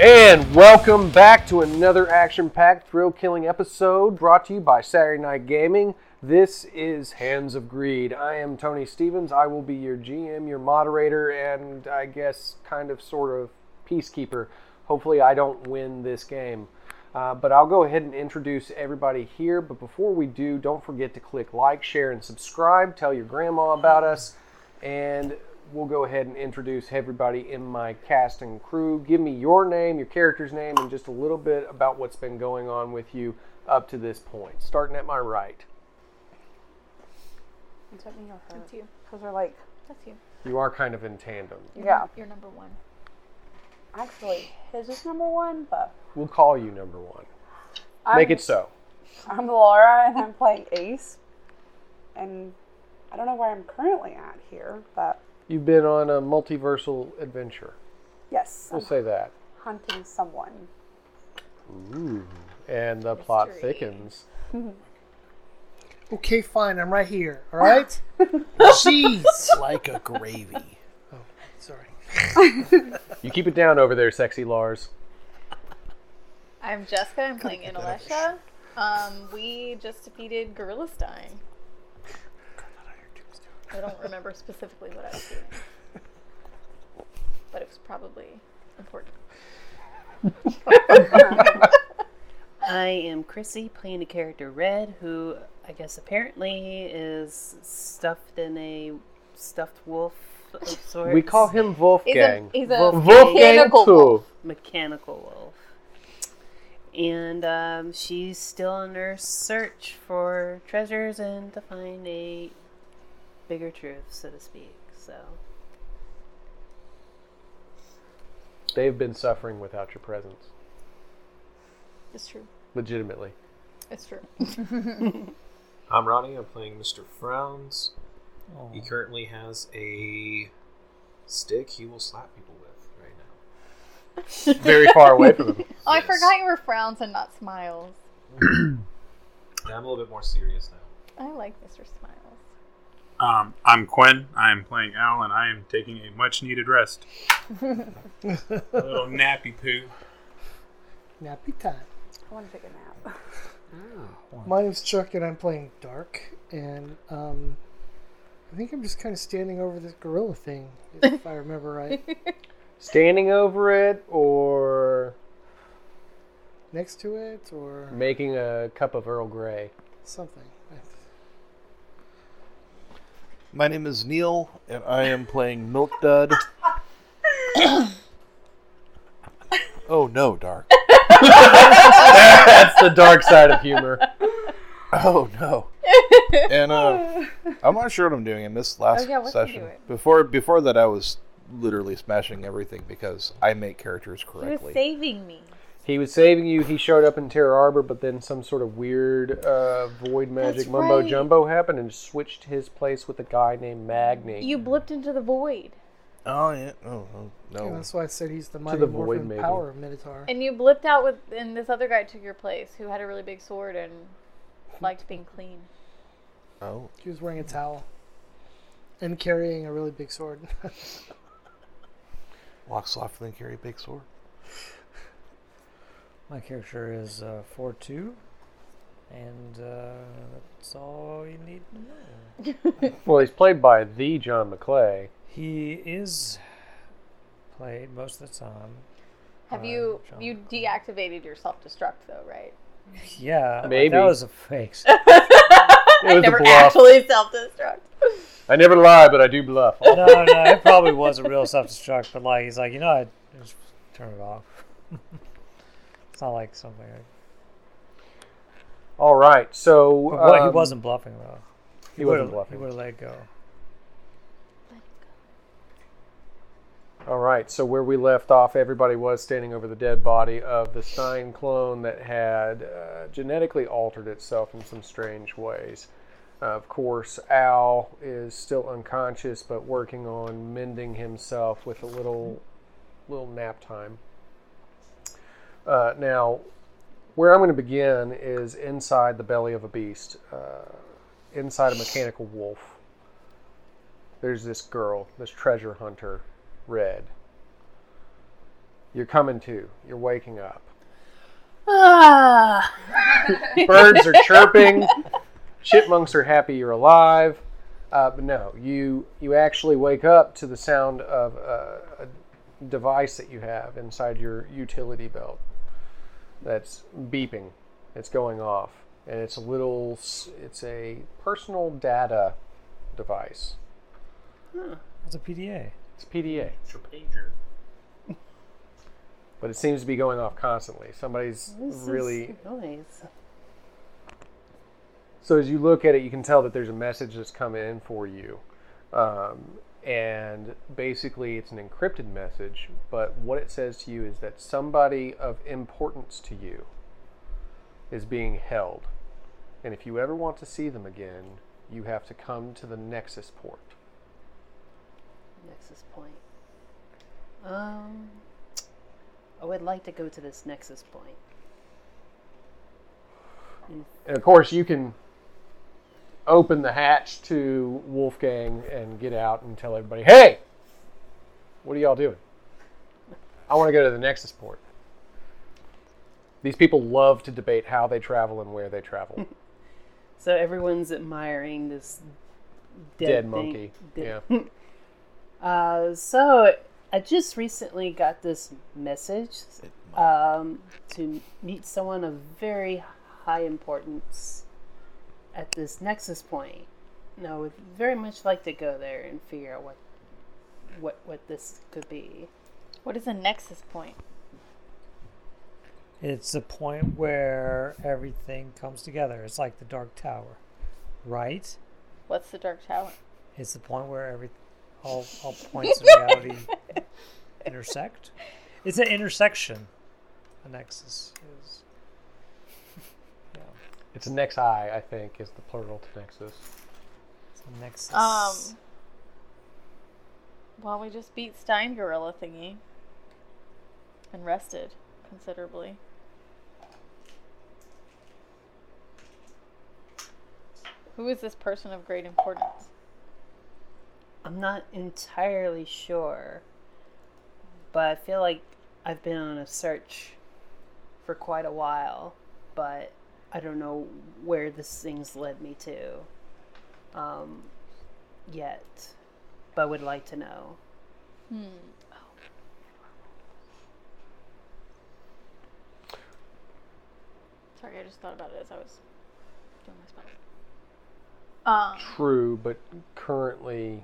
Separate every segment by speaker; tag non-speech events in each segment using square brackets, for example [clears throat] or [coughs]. Speaker 1: And welcome back to another action packed, thrill killing episode brought to you by Saturday Night Gaming. This is Hands of Greed. I am Tony Stevens. I will be your GM, your moderator, and I guess kind of sort of peacekeeper. Hopefully, I don't win this game. Uh, but I'll go ahead and introduce everybody here. But before we do, don't forget to click like, share, and subscribe. Tell your grandma about us. And we'll go ahead and introduce everybody in my cast and crew. Give me your name, your character's name, and just a little bit about what's been going on with you up to this point. Starting at my right,
Speaker 2: Does that mean you're her?
Speaker 3: That's you.
Speaker 2: Because we're like,
Speaker 3: That's you.
Speaker 1: you are kind of in tandem.
Speaker 3: You're
Speaker 2: Yeah.
Speaker 3: num- you're number one.
Speaker 2: actually, his is number one, but
Speaker 1: We'll call you number one.
Speaker 2: I'm,
Speaker 1: Make it so.
Speaker 2: I'm Laura and I'm playing Ace. And I don't know where I'm currently at here, but
Speaker 1: You've been on a multiversal adventure.
Speaker 2: yes,
Speaker 1: We'll
Speaker 2: I'm
Speaker 1: say that.
Speaker 2: hunting someone.
Speaker 1: Ooh. And the plot
Speaker 3: Mystery.
Speaker 1: thickens.
Speaker 4: Okay, fine. I'm right here.
Speaker 3: [laughs]
Speaker 4: All right. Jeez, like a gravy. Oh, sorry.
Speaker 1: You keep it down over there, sexy Lars.
Speaker 3: I'm Jessica. I'm playing Inalesha. Um, we just defeated Gorilla Stein. I don't remember specifically what I was doing, but it was probably important.
Speaker 5: I am Chrissy, playing a character Red, who I guess apparently is stuffed in a stuffed wolf of sorts.
Speaker 1: [laughs] We call him Wolfgang.
Speaker 3: He's a, he's a
Speaker 1: Wolfgang
Speaker 3: mechanical wolf.
Speaker 1: too.
Speaker 5: mechanical wolf, and um, she's still on her search for treasures and to find a bigger truth, so to speak. So
Speaker 1: They've been suffering without your presence.
Speaker 3: It's true.
Speaker 1: Legitimately.
Speaker 3: It's [laughs] true. Oh,
Speaker 6: I'm Ronnie. I'm playing Mr. Frowns.
Speaker 7: Oh.
Speaker 6: He currently has a stick he will slap people with right now.
Speaker 1: Very far away from him.
Speaker 3: Oh, I
Speaker 6: Yes.
Speaker 3: forgot you were frowns and not smiles.
Speaker 6: Yeah, I'm a little bit more serious now.
Speaker 3: I like Mr. Smiles.
Speaker 8: Um, I'm Quinn. I'm playing Al, and I am taking a much needed rest. a
Speaker 4: [laughs]
Speaker 8: little nappy poo.
Speaker 4: Nappy time.
Speaker 2: I want to take a
Speaker 1: [laughs]
Speaker 2: nap.
Speaker 4: My name's Chuck, and I'm playing Dark. And um, I think I'm just kind of standing over this gorilla thing, if I
Speaker 3: [laughs]
Speaker 4: remember right,
Speaker 1: Standing over it or
Speaker 4: next to it or
Speaker 1: making a cup of Earl Grey.
Speaker 4: something.
Speaker 9: My name is Neil, and I am playing Milk Dud. [coughs] oh no,
Speaker 3: [laughs]
Speaker 9: Dark.
Speaker 1: That's the dark side of humor.
Speaker 9: Oh no. And uh, I'm not sure what I'm doing in this last
Speaker 3: Oh, yeah, what you
Speaker 9: session.
Speaker 3: doing?
Speaker 9: Before before that, I was literally smashing everything because I make characters
Speaker 3: He was
Speaker 9: correctly.
Speaker 3: saving me.
Speaker 1: He was saving you. He showed up in Terra Arbor, but then some sort of weird uh, void magic
Speaker 3: That's
Speaker 1: mumbo
Speaker 3: right.
Speaker 1: jumbo happened and switched his place with a guy named Magni.
Speaker 3: You blipped into the void,
Speaker 9: oh yeah. Oh, oh no.
Speaker 4: And that's why I said he's the mighty
Speaker 1: the void,
Speaker 4: morphin
Speaker 1: maybe.
Speaker 4: power of Minotaur.
Speaker 3: and you blipped out with, and this other guy took your place, who had a really big sword and liked being clean.
Speaker 9: Oh.
Speaker 4: He was wearing a towel and carrying a really big sword. [laughs]
Speaker 9: Walk softly and carry a big sword.
Speaker 7: [laughs] My character is uh, 4 2, and uh, that's all you need to know.
Speaker 1: Well, he's played by the John
Speaker 7: Uh,
Speaker 1: McClay.
Speaker 7: He is played most of the time.
Speaker 3: Have
Speaker 7: Uh,
Speaker 3: you
Speaker 7: John
Speaker 3: you
Speaker 7: McClane.
Speaker 3: deactivated your self destruct though, right? [laughs]
Speaker 7: Yeah, but
Speaker 1: Maybe.
Speaker 7: that was a fake.
Speaker 1: It was a
Speaker 3: Never
Speaker 1: bluff.
Speaker 3: actually self destruct.
Speaker 1: I never lie, but I do bluff.
Speaker 7: no,
Speaker 1: [laughs]
Speaker 7: no, it probably was a real self destruct, but like he's like, you know, I just turn it off. [laughs] it's not like something. Like,
Speaker 1: All right,
Speaker 7: [laughs]
Speaker 1: so
Speaker 7: but what, he
Speaker 1: um,
Speaker 7: wasn't bluffing though.
Speaker 1: He wasn't
Speaker 7: would've- He
Speaker 1: bluffing.
Speaker 7: would have let it go.
Speaker 1: All right, so where we left off, everybody was standing over the dead body of the Stein clone that had uh, genetically altered itself in some strange ways. Uh, of course, Al is still unconscious, but working on mending himself with a little, little nap time. Uh, now, where I'm going to begin is inside the belly of a beast, uh, inside a mechanical wolf. There's this girl, this treasure hunter, Red. You're coming to. You're waking up.
Speaker 5: [laughs] Ah.
Speaker 1: Birds are chirping. Chipmunks are happy you're alive. Uh, but no, you you actually wake up to the sound of a, a device that you have inside your utility belt that's beeping. It's going off, and it's a little. s- It's a personal data device.
Speaker 7: It's a PDA.
Speaker 1: It's PDA.
Speaker 6: It's your pager.
Speaker 1: but it seems to be going off constantly. Somebody's
Speaker 5: This is
Speaker 1: really
Speaker 5: noise.
Speaker 1: so as you look at it, you can tell that there's a message that's come in for you, um, and basically it's an encrypted message. But what it says to you is that somebody of importance to you is being held, and if you ever want to see them again, you have to come to the Nexus port.
Speaker 5: Nexus point. Um, I would like to go to this nexus point.
Speaker 1: And of course, you can open the hatch to Wolfgang and get out and tell everybody, hey, what are y'all doing? I want to go to the Nexus port. These people love to debate how they travel and where they travel.
Speaker 5: So everyone's admiring this dead,
Speaker 1: Dead
Speaker 5: thing-
Speaker 1: monkey.
Speaker 5: dead- [laughs] Uh, so I just recently got this message um, to meet someone of very high importance at this nexus point. And I would very much like to go there and figure out what what what this could be.
Speaker 3: What is a nexus point?
Speaker 7: It's the point where everything comes together. It's like the Dark Tower, right?
Speaker 3: What's the dark tower?
Speaker 7: It's the point where every all, all points of reality intersect. It's an intersection. A nexus is. Yeah,
Speaker 1: It's Nexi, I think, is the plural to Nexus.
Speaker 7: it's a nexus.
Speaker 3: Um. Well, we just beat Stein Gorilla thingy and rested considerably. Who is this person of great importance?
Speaker 5: I'm not entirely sure, but I feel like I've been on a search for quite a while, but I don't know where this thing's led me to um, yet, but would like to know.
Speaker 3: Sorry, I just thought about it as I was doing my spell. Um,
Speaker 1: True, but currently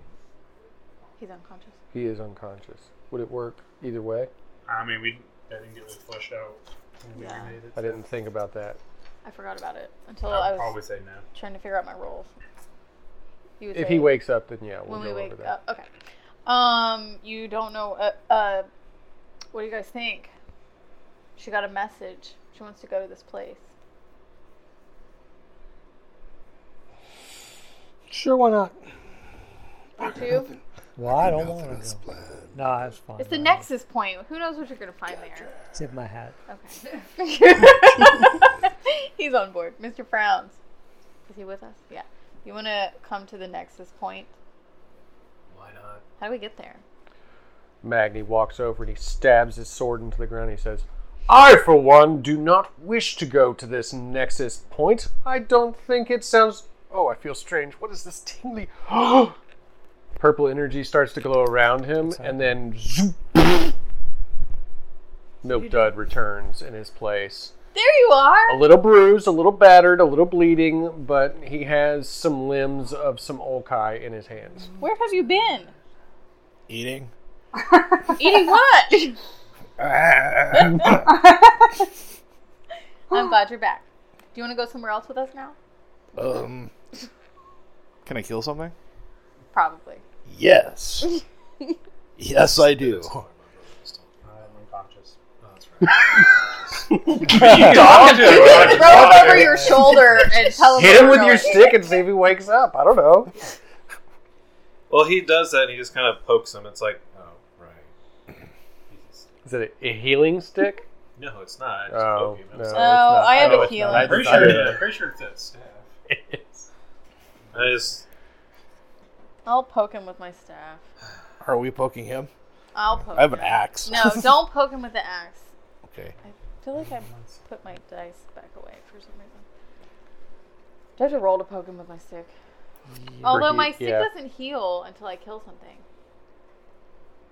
Speaker 3: he's unconscious.
Speaker 1: he is unconscious. Would it work either way?
Speaker 8: I mean, we that didn't get really fleshed out when
Speaker 3: Yeah.
Speaker 8: we remade it.
Speaker 1: I didn't think about that.
Speaker 3: I forgot about it until
Speaker 8: I
Speaker 3: I
Speaker 8: would
Speaker 3: was
Speaker 8: probably say no.
Speaker 3: trying to figure out my roles. He was
Speaker 1: If he
Speaker 3: like-
Speaker 1: wakes up, then yeah, we'll
Speaker 3: when
Speaker 1: go
Speaker 3: we wake
Speaker 1: over that.
Speaker 3: up. Okay. Um, you don't know. Uh, uh, what do you guys think? She got a message. She wants to go to this place.
Speaker 4: Sure, why not?
Speaker 3: You too.
Speaker 7: well, I don't want
Speaker 9: Nothing is
Speaker 7: to go.
Speaker 9: planned.
Speaker 7: No, that's fine.
Speaker 3: It's the
Speaker 7: I
Speaker 3: nexus point. Who knows what you're gonna find there?
Speaker 7: Tip my hat.
Speaker 3: Okay. [laughs] He's on board. Mr. Frowns. Is he with us? Yeah. You wanna come to the nexus point?
Speaker 6: Why not?
Speaker 3: How do we get there?
Speaker 1: Magni walks over and he stabs his sword into the ground. He says, I, for one, do not wish to go to this Nexus point. [gasps] I don't think it sounds. Oh, I feel strange. What is this tingly? Purple energy starts to glow around him, and then. zoop. Milk Dud returns in his place.
Speaker 3: There you
Speaker 1: A
Speaker 3: are.
Speaker 1: little bruised, a little battered, a little bleeding, but he has some limbs of some Olkai in his hands.
Speaker 3: Where have you been?
Speaker 9: Eating.
Speaker 3: Eating what?
Speaker 9: Ah.
Speaker 3: I'm glad you're back. Do you wanna go somewhere else with us now?
Speaker 9: [laughs] um. Can I kill something?
Speaker 3: Probably.
Speaker 9: Yes. yes,
Speaker 3: [laughs]
Speaker 9: I do.
Speaker 6: I'm unconscious. Oh, that's right.
Speaker 3: [laughs] throw him over your shoulder
Speaker 9: [laughs]
Speaker 3: and tell him.
Speaker 1: Hit him
Speaker 3: where
Speaker 1: with
Speaker 3: you're
Speaker 1: your
Speaker 3: going.
Speaker 1: stick and see if he wakes up. I don't know.
Speaker 6: well, he does that and he just kind of pokes him. It's like, oh, right. Jesus.
Speaker 1: Is it a healing stick?
Speaker 6: No, it's not. I just
Speaker 1: Oh,
Speaker 6: poke him.
Speaker 1: no,
Speaker 6: I'm
Speaker 1: it's
Speaker 6: sorry.
Speaker 1: not.
Speaker 3: I have
Speaker 1: No,
Speaker 3: a
Speaker 1: it's
Speaker 3: healing.
Speaker 1: not.
Speaker 6: I'm pretty
Speaker 1: I
Speaker 6: sure,
Speaker 1: decided-
Speaker 6: yeah, I'm pretty sure it's that staff. I just
Speaker 3: I'll poke him with my staff.
Speaker 9: Are we poking him?
Speaker 3: I'll poke.
Speaker 9: I have an
Speaker 3: him.
Speaker 9: axe.
Speaker 3: No, don't poke him with the axe.
Speaker 9: [laughs] Okay.
Speaker 3: I feel like I put my dice back away for some reason. Do I have to roll to poke him with my stick? Although
Speaker 1: Brigitte,
Speaker 3: my stick
Speaker 1: yeah.
Speaker 3: doesn't heal until I kill something.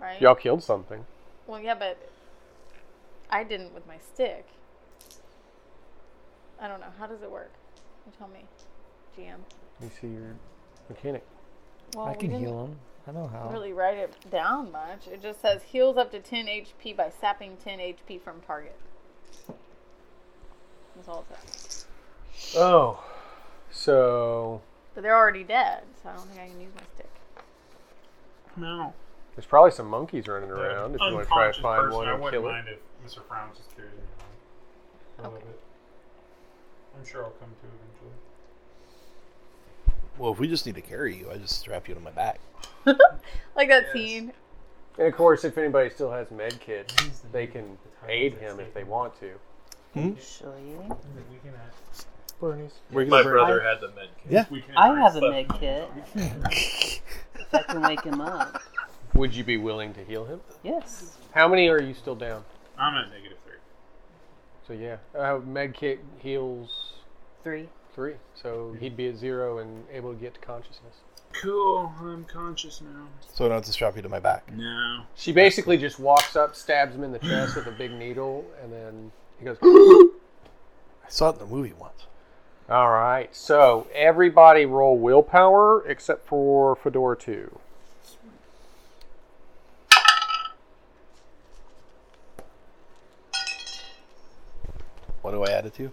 Speaker 3: Right?
Speaker 1: Y'all killed something.
Speaker 3: Well, yeah, but I didn't with my stick. I don't know. How does it work? You tell me, GM.
Speaker 1: You see your mechanic.
Speaker 3: Well,
Speaker 7: I
Speaker 3: we
Speaker 7: can
Speaker 3: didn't
Speaker 7: heal him. I know how.
Speaker 3: really write it down much. It just says heals up to 10 HP by sapping 10 HP from target. That's all it says.
Speaker 1: Oh, so
Speaker 3: But they're already dead, so I don't think I can use my stick.
Speaker 8: No.
Speaker 1: there's probably some monkeys running around. If you want to try to
Speaker 8: Unconscious
Speaker 1: find
Speaker 8: person,
Speaker 1: one
Speaker 8: I
Speaker 1: and
Speaker 8: wouldn't
Speaker 1: kill it.
Speaker 8: mind if Mr. Frowns just carries me around.
Speaker 3: Okay.
Speaker 8: I'm sure I'll come to eventually.
Speaker 9: Well, if we just need to carry you, I just strap you to my back.
Speaker 3: Like that
Speaker 8: Yes.
Speaker 3: scene.
Speaker 1: And of course, if anybody still has med kits, they can aid him if they want to.
Speaker 5: Sure you.
Speaker 4: Bernie's.
Speaker 8: My brother had the med kit.
Speaker 9: Yeah.
Speaker 8: We can't
Speaker 5: I
Speaker 8: bring
Speaker 5: have a
Speaker 8: stuff
Speaker 5: med
Speaker 8: in.
Speaker 5: kit. if I can wake him up.
Speaker 1: Would you be willing to heal him?
Speaker 5: Yes.
Speaker 1: How many are you still down?
Speaker 8: I'm at negative three.
Speaker 1: So yeah, uh, med kit heals
Speaker 5: Three.
Speaker 1: three, so he'd be at zero and able to get to consciousness.
Speaker 8: Cool. I'm conscious now.
Speaker 9: So I don't have to strap you to my back.
Speaker 8: No.
Speaker 1: She basically just walks up, stabs him in the chest with a big needle, and then he goes.
Speaker 9: I saw it in the movie once.
Speaker 1: All right, so everybody roll willpower except for Fedora two.
Speaker 9: What do I add it to?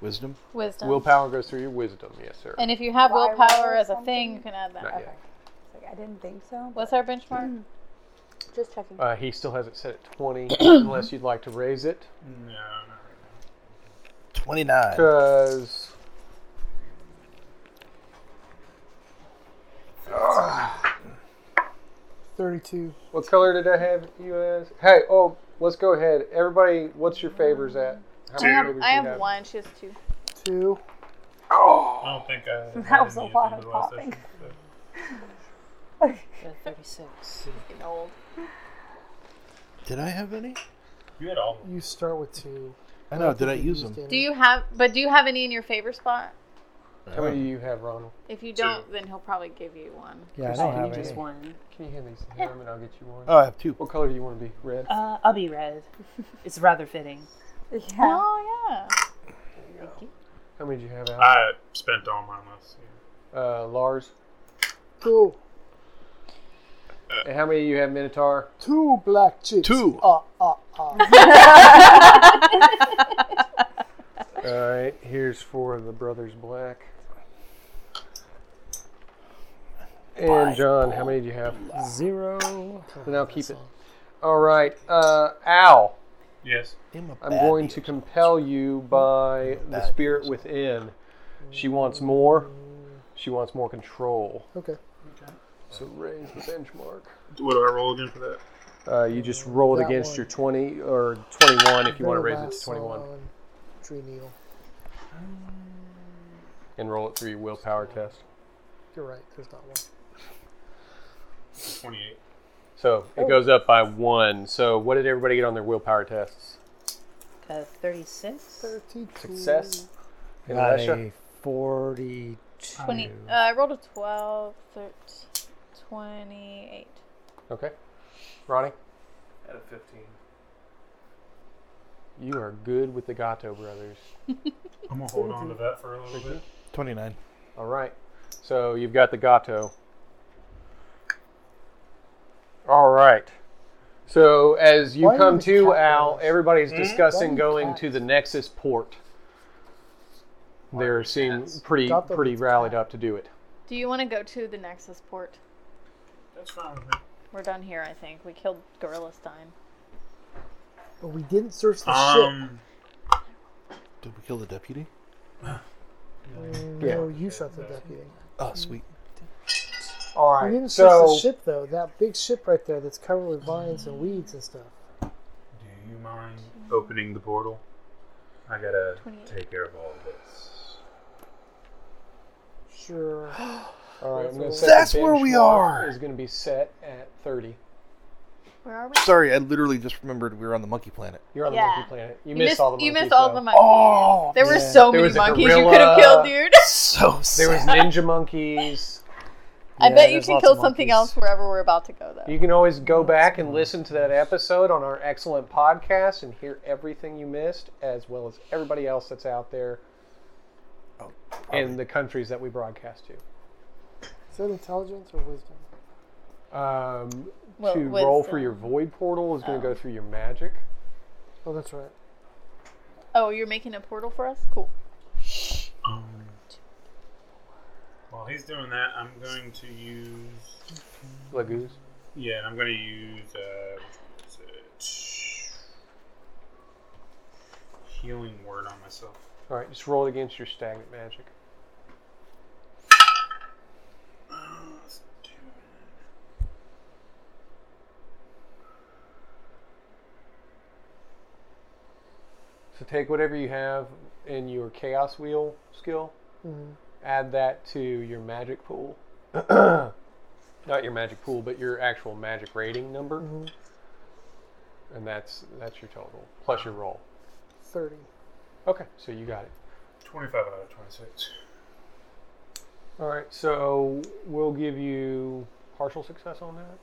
Speaker 9: Wisdom?
Speaker 3: Wisdom.
Speaker 1: Willpower goes through your wisdom, yes sir.
Speaker 3: And if you have
Speaker 2: Why
Speaker 3: willpower
Speaker 2: roll
Speaker 3: as a
Speaker 2: something?
Speaker 3: thing, you can add that.
Speaker 1: Not
Speaker 3: Okay.
Speaker 1: yet.
Speaker 2: It's like, I didn't think so.
Speaker 3: What's our benchmark?
Speaker 2: [clears throat] Just checking.
Speaker 1: Uh, he still has it set at twenty, unless you'd like to raise it.
Speaker 8: No, not right now.
Speaker 9: 29.
Speaker 1: Because
Speaker 4: Thirty-two.
Speaker 1: what color did I have you as? Hey, oh, let's go ahead. Everybody, what's your favors at? How
Speaker 3: I
Speaker 1: many
Speaker 3: have,
Speaker 1: favors
Speaker 3: I
Speaker 1: do you
Speaker 3: have one. She has two.
Speaker 4: Two.
Speaker 8: I don't
Speaker 3: [laughs]
Speaker 8: think I.
Speaker 2: That was a lot of popping.
Speaker 5: Got 36.
Speaker 3: Getting old.
Speaker 9: Did I have any?
Speaker 8: You had all of them.
Speaker 4: You start with two.
Speaker 9: I know. Did I
Speaker 4: think
Speaker 9: use
Speaker 4: used
Speaker 9: them?
Speaker 4: any.
Speaker 3: Do you have? But do you have any in your favor spot?
Speaker 1: How many do you have, Ronald?
Speaker 3: If you don't, then he'll probably give you one.
Speaker 7: Yeah, I
Speaker 5: I
Speaker 7: don't have
Speaker 5: need just
Speaker 7: any.
Speaker 5: one.
Speaker 1: Can you hand these to him and I'll get you one?
Speaker 9: Oh, I have two.
Speaker 1: What color do you want to be? Red.
Speaker 5: Uh, I'll be red. It's rather fitting.
Speaker 2: Yeah.
Speaker 3: Oh yeah.
Speaker 1: How many do you have, Al?
Speaker 8: I spent all mine last year.
Speaker 1: Uh, Lars.
Speaker 4: Two.
Speaker 1: And how many do you have, Minotaur?
Speaker 4: Two black chips. [laughs]
Speaker 9: Two.
Speaker 4: Ah ah
Speaker 9: [laughs]
Speaker 4: ah.
Speaker 1: All right, here's for the brothers Black. And John, how many do you have?
Speaker 7: Zero.
Speaker 1: Then I'll keep it. All right, uh, Al,
Speaker 8: Yes.
Speaker 9: I'm, a
Speaker 1: I'm
Speaker 9: bad
Speaker 1: going
Speaker 9: dude.
Speaker 1: to compel you by the
Speaker 9: Bad
Speaker 1: spirit within. She wants more. She wants more control.
Speaker 4: Okay.
Speaker 1: So raise the benchmark.
Speaker 8: What do I roll again for that?
Speaker 1: Uh, you just roll it
Speaker 4: That
Speaker 1: against
Speaker 4: one.
Speaker 1: your 20 or 21 if you want to raise it to
Speaker 4: Last
Speaker 1: 21,
Speaker 4: on Tree Needle.
Speaker 1: and roll it through your willpower test.
Speaker 4: You're right. There's not one.
Speaker 8: 28.
Speaker 1: So it
Speaker 4: Oh.
Speaker 1: goes up by one. So what did everybody get on their willpower tests?
Speaker 5: Uh, 36.
Speaker 4: Thirty-two.
Speaker 1: Success. And
Speaker 7: Got
Speaker 1: Alesha?
Speaker 7: a 42.
Speaker 3: Twenty. Uh, I rolled a 12, 13, 28.
Speaker 1: Okay. Ronnie,
Speaker 6: At a 15.
Speaker 1: you are good with the Gato brothers.
Speaker 8: I'm gonna hold on to that for a little bit.
Speaker 9: 29.
Speaker 1: All right. So you've got the Gato. All right. So as you
Speaker 4: Why do
Speaker 1: come
Speaker 4: the
Speaker 1: to,
Speaker 4: cat
Speaker 1: Al,
Speaker 4: brothers?
Speaker 1: everybody's
Speaker 4: Why
Speaker 1: discussing
Speaker 4: do
Speaker 1: going
Speaker 4: cats?
Speaker 1: to the Nexus port. They're seem pretty
Speaker 4: Gato
Speaker 1: pretty
Speaker 4: with
Speaker 1: rallied up to do it.
Speaker 3: Do you want to go to the Nexus port?
Speaker 8: That's fine with me.
Speaker 3: We're done here, I think. We killed Gorilla Stein.
Speaker 4: But we didn't search the
Speaker 8: Um,
Speaker 9: Did we kill the deputy?
Speaker 4: ship.
Speaker 1: yeah.
Speaker 4: No, you shot the deputy.
Speaker 3: Mm-hmm.
Speaker 9: Oh, sweet.
Speaker 1: All
Speaker 4: We
Speaker 1: right.
Speaker 4: didn't search
Speaker 1: So
Speaker 4: the ship though. That big ship right there that's covered with vines and weeds and stuff.
Speaker 8: do you mind opening the portal? I gotta
Speaker 3: 28.
Speaker 8: take care of all of this.
Speaker 7: [gasps]
Speaker 4: Sure.
Speaker 1: All right, I'm gonna
Speaker 4: That's
Speaker 1: set the
Speaker 9: where we
Speaker 1: benchmark
Speaker 9: are.
Speaker 1: Is going to be set at 30.
Speaker 3: Where are we?
Speaker 9: Sorry, I literally just remembered we were on the monkey planet.
Speaker 1: You're on
Speaker 3: Yeah.
Speaker 1: the monkey planet. You, missed all the monkeys.
Speaker 3: You missed all
Speaker 1: though.
Speaker 3: the monkeys.
Speaker 9: Oh,
Speaker 3: there were
Speaker 1: yeah.
Speaker 3: so many
Speaker 1: There was a
Speaker 3: monkeys you
Speaker 1: gorilla.
Speaker 3: could have killed, [laughs]
Speaker 2: [laughs]
Speaker 3: dude.
Speaker 9: So
Speaker 1: There was
Speaker 9: sad.
Speaker 1: ninja monkeys.
Speaker 3: I
Speaker 7: Yeah,
Speaker 3: bet you
Speaker 7: there's
Speaker 3: can
Speaker 7: lots
Speaker 3: kill
Speaker 7: of
Speaker 3: something
Speaker 7: monkeys.
Speaker 3: else wherever we're about to go, though.
Speaker 1: You can always go back and listen to that episode on our excellent podcast and hear everything you missed, as well as everybody else that's out there
Speaker 8: Oh,
Speaker 1: in the countries that we broadcast to.
Speaker 4: Is that intelligence or wisdom?
Speaker 1: Um,
Speaker 3: Well,
Speaker 1: to roll for
Speaker 3: wisdom.
Speaker 1: your void portal is going
Speaker 3: Oh.
Speaker 1: to go through your magic.
Speaker 4: Oh, that's right.
Speaker 3: Oh, you're making a portal for us? Cool. Um,
Speaker 8: While he's doing that, I'm going to use.
Speaker 1: Lagoos.
Speaker 8: Yeah, and I'm going to use. Uh, which one is it? Healing word on myself.
Speaker 1: All right, just roll it against your stagnant magic. So take whatever you have in your chaos wheel skill, add that to your magic pool. [clears throat] Not your magic pool, but your actual magic rating number. And that's that's your total plus your roll.
Speaker 4: Thirty.
Speaker 1: Okay, so you got it.
Speaker 8: 25 Uh, out of 26.
Speaker 1: All right, so we'll give you partial success on that.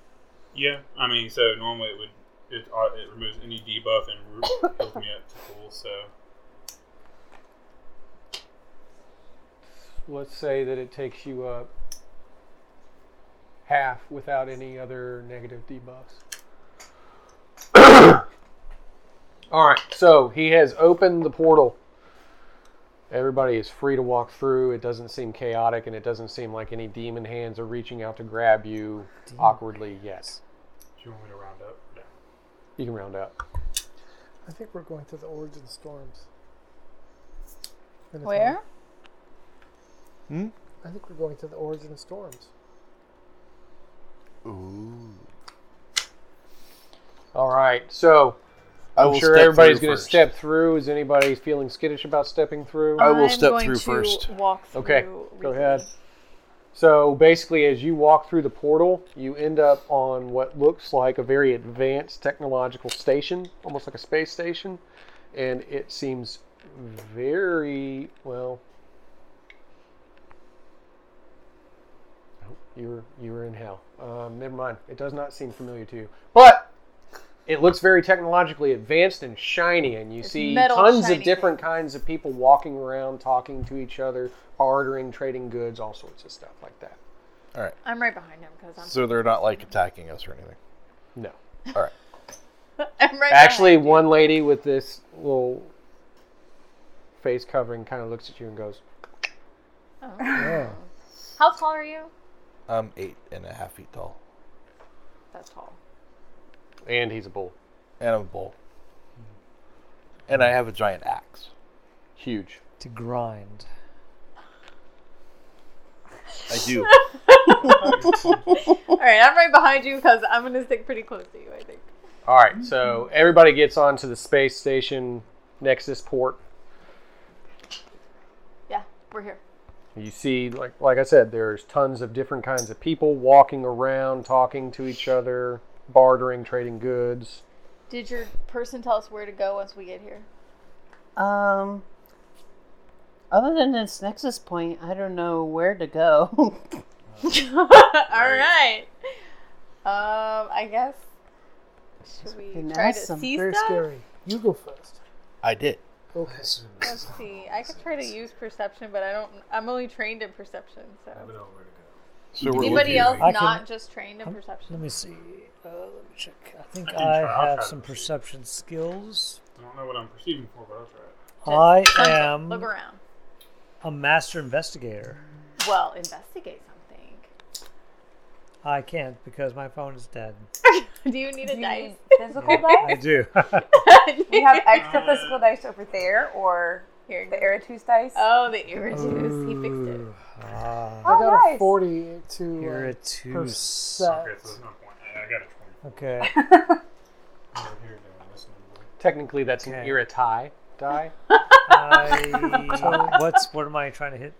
Speaker 8: Yeah, I mean, so normally it would. It, uh, it removes any debuff and re- [coughs] heals me up to full, so.
Speaker 1: Let's say that it takes you up half without any other negative debuffs. [coughs] All right, so he has opened the portal. Everybody is free to walk through. It doesn't seem chaotic, and it doesn't seem like any demon hands are reaching out to grab you awkwardly yet.
Speaker 8: Do you want me to round up? or down?
Speaker 1: You can round up.
Speaker 4: I think we're going through the origin storms. Minotaur.
Speaker 3: Where?
Speaker 7: Hmm?
Speaker 4: I think we're going through the origin of storms.
Speaker 9: Ooh.
Speaker 1: All right, so
Speaker 9: I
Speaker 1: I'm
Speaker 9: will
Speaker 1: sure
Speaker 9: step
Speaker 1: everybody's
Speaker 9: through
Speaker 1: going to
Speaker 9: first.
Speaker 1: step through. Is anybody feeling skittish about stepping through?
Speaker 9: I will
Speaker 3: I'm
Speaker 9: step
Speaker 3: going
Speaker 9: through
Speaker 3: to
Speaker 9: first.
Speaker 3: Walk through
Speaker 1: Okay, go
Speaker 3: Ridley.
Speaker 1: ahead. So basically, as you walk through the portal, you end up on what looks like a very advanced technological station, almost like a space station, and it seems very well. Oh, You were you were in hell. Um, never mind. It does not seem familiar to you, but it looks very technologically advanced and shiny, and you
Speaker 3: It's
Speaker 1: see
Speaker 3: metal
Speaker 1: tons
Speaker 3: shiny
Speaker 1: of different kinds of people walking around, talking to each other, bartering, trading goods, all sorts of stuff like that.
Speaker 3: I'm right behind him because I'm,
Speaker 9: So they're not like attacking us or anything.
Speaker 1: No,
Speaker 3: [laughs] I'm right
Speaker 1: actually, one lady with this little face covering kind of looks at you and goes,
Speaker 3: behind him. Oh. How tall are you?
Speaker 9: I'm eight and a half feet tall,
Speaker 3: That's tall. [laughs]
Speaker 1: "And he's a bull,
Speaker 9: and I'm a bull, and I have a giant axe.
Speaker 1: huge."
Speaker 7: to grind.
Speaker 9: I do.
Speaker 3: All right, I'm right behind you because I'm gonna stick pretty close to you. I think.
Speaker 1: [laughs] All right, so everybody gets onto the space station Nexus port.
Speaker 3: Yeah, we're here.
Speaker 1: You see, like like I said, there's tons of different kinds of people walking around, talking to each other, bartering, trading goods.
Speaker 3: Did your person tell us where to go once we get here?
Speaker 5: Um, other than this nexus point, I don't know where to go. [laughs]
Speaker 3: All right. Um, I guess. Should we
Speaker 5: fucking
Speaker 3: try to
Speaker 5: awesome.
Speaker 3: see
Speaker 4: Very
Speaker 3: stuff?
Speaker 4: scary. You go first.
Speaker 9: I did.
Speaker 4: Okay.
Speaker 3: Let's see. I could try to use perception, but I don't. I'm only trained in perception. So
Speaker 6: I don't know where to go.
Speaker 9: So we're
Speaker 3: anybody
Speaker 9: looking-
Speaker 3: else
Speaker 7: I can-
Speaker 3: not just trained in
Speaker 7: Let
Speaker 3: perception?
Speaker 7: me see. Uh, let me check. I think
Speaker 8: can
Speaker 7: I,
Speaker 8: try- I'll
Speaker 7: have
Speaker 8: try
Speaker 7: some
Speaker 8: to-
Speaker 7: perception skills.
Speaker 8: I don't know what I'm perceiving for, but I'll try it.
Speaker 7: I
Speaker 3: Something.
Speaker 7: am
Speaker 3: Look around.
Speaker 7: a master investigator.
Speaker 3: Well, investigate something.
Speaker 7: I can't because my phone
Speaker 3: [laughs]
Speaker 7: is dead.
Speaker 3: Do you need a
Speaker 2: Do you
Speaker 3: dice?
Speaker 2: need
Speaker 1: [laughs]
Speaker 2: physical dice?
Speaker 7: I do.
Speaker 2: [laughs] We have extra physical dice over there, or
Speaker 3: Here,
Speaker 2: the Eratus dice.
Speaker 3: Oh, the irritus. He fixed it.
Speaker 7: Ooh, ah,
Speaker 2: Oh,
Speaker 4: I got
Speaker 2: nice.
Speaker 4: a forty to.
Speaker 7: you're a
Speaker 4: Uh,
Speaker 7: two. Oh,
Speaker 4: percent.
Speaker 8: Okay, so there's no point. I, I got a 20
Speaker 7: Okay.
Speaker 8: over here doing this number.
Speaker 1: Technically, that's an
Speaker 3: [laughs]
Speaker 7: Okay.
Speaker 1: iratai die.
Speaker 7: I, what's what am I trying to hit?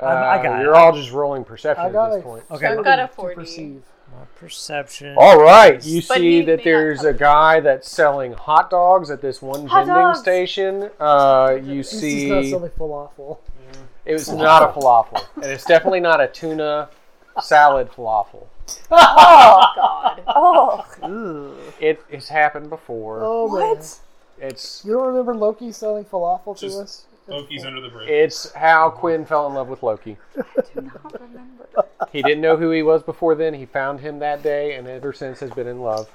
Speaker 7: I- I got it.
Speaker 9: Uh, You're all just rolling perception
Speaker 1: I
Speaker 9: at
Speaker 1: got
Speaker 9: this
Speaker 1: a
Speaker 9: point.
Speaker 7: Okay.
Speaker 3: I've got a
Speaker 1: 40 to
Speaker 3: 40.
Speaker 1: perceive.
Speaker 7: My perception.
Speaker 9: All right, you
Speaker 3: But
Speaker 9: see
Speaker 3: he may
Speaker 9: that
Speaker 3: not
Speaker 9: there's
Speaker 3: come.
Speaker 9: a guy that's selling hot dogs at this one
Speaker 3: Hot
Speaker 9: vending
Speaker 3: dogs.
Speaker 9: station. Uh, you
Speaker 1: This is not
Speaker 9: see,
Speaker 1: something falafel.
Speaker 9: it was not a falafel, and it's definitely not a tuna salad falafel.
Speaker 3: Oh God!
Speaker 5: [laughs]
Speaker 2: Oh,
Speaker 9: It has happened before.
Speaker 1: Oh man,
Speaker 2: what?
Speaker 9: It's
Speaker 1: you don't remember Loki selling falafel to
Speaker 6: Just-
Speaker 1: us?
Speaker 6: Loki's under the bridge.
Speaker 9: it's how Quinn fell in love with Loki.
Speaker 1: [laughs]
Speaker 2: Do not remember.
Speaker 9: He didn't know who he was before then. He found him that day, and ever since has been in love.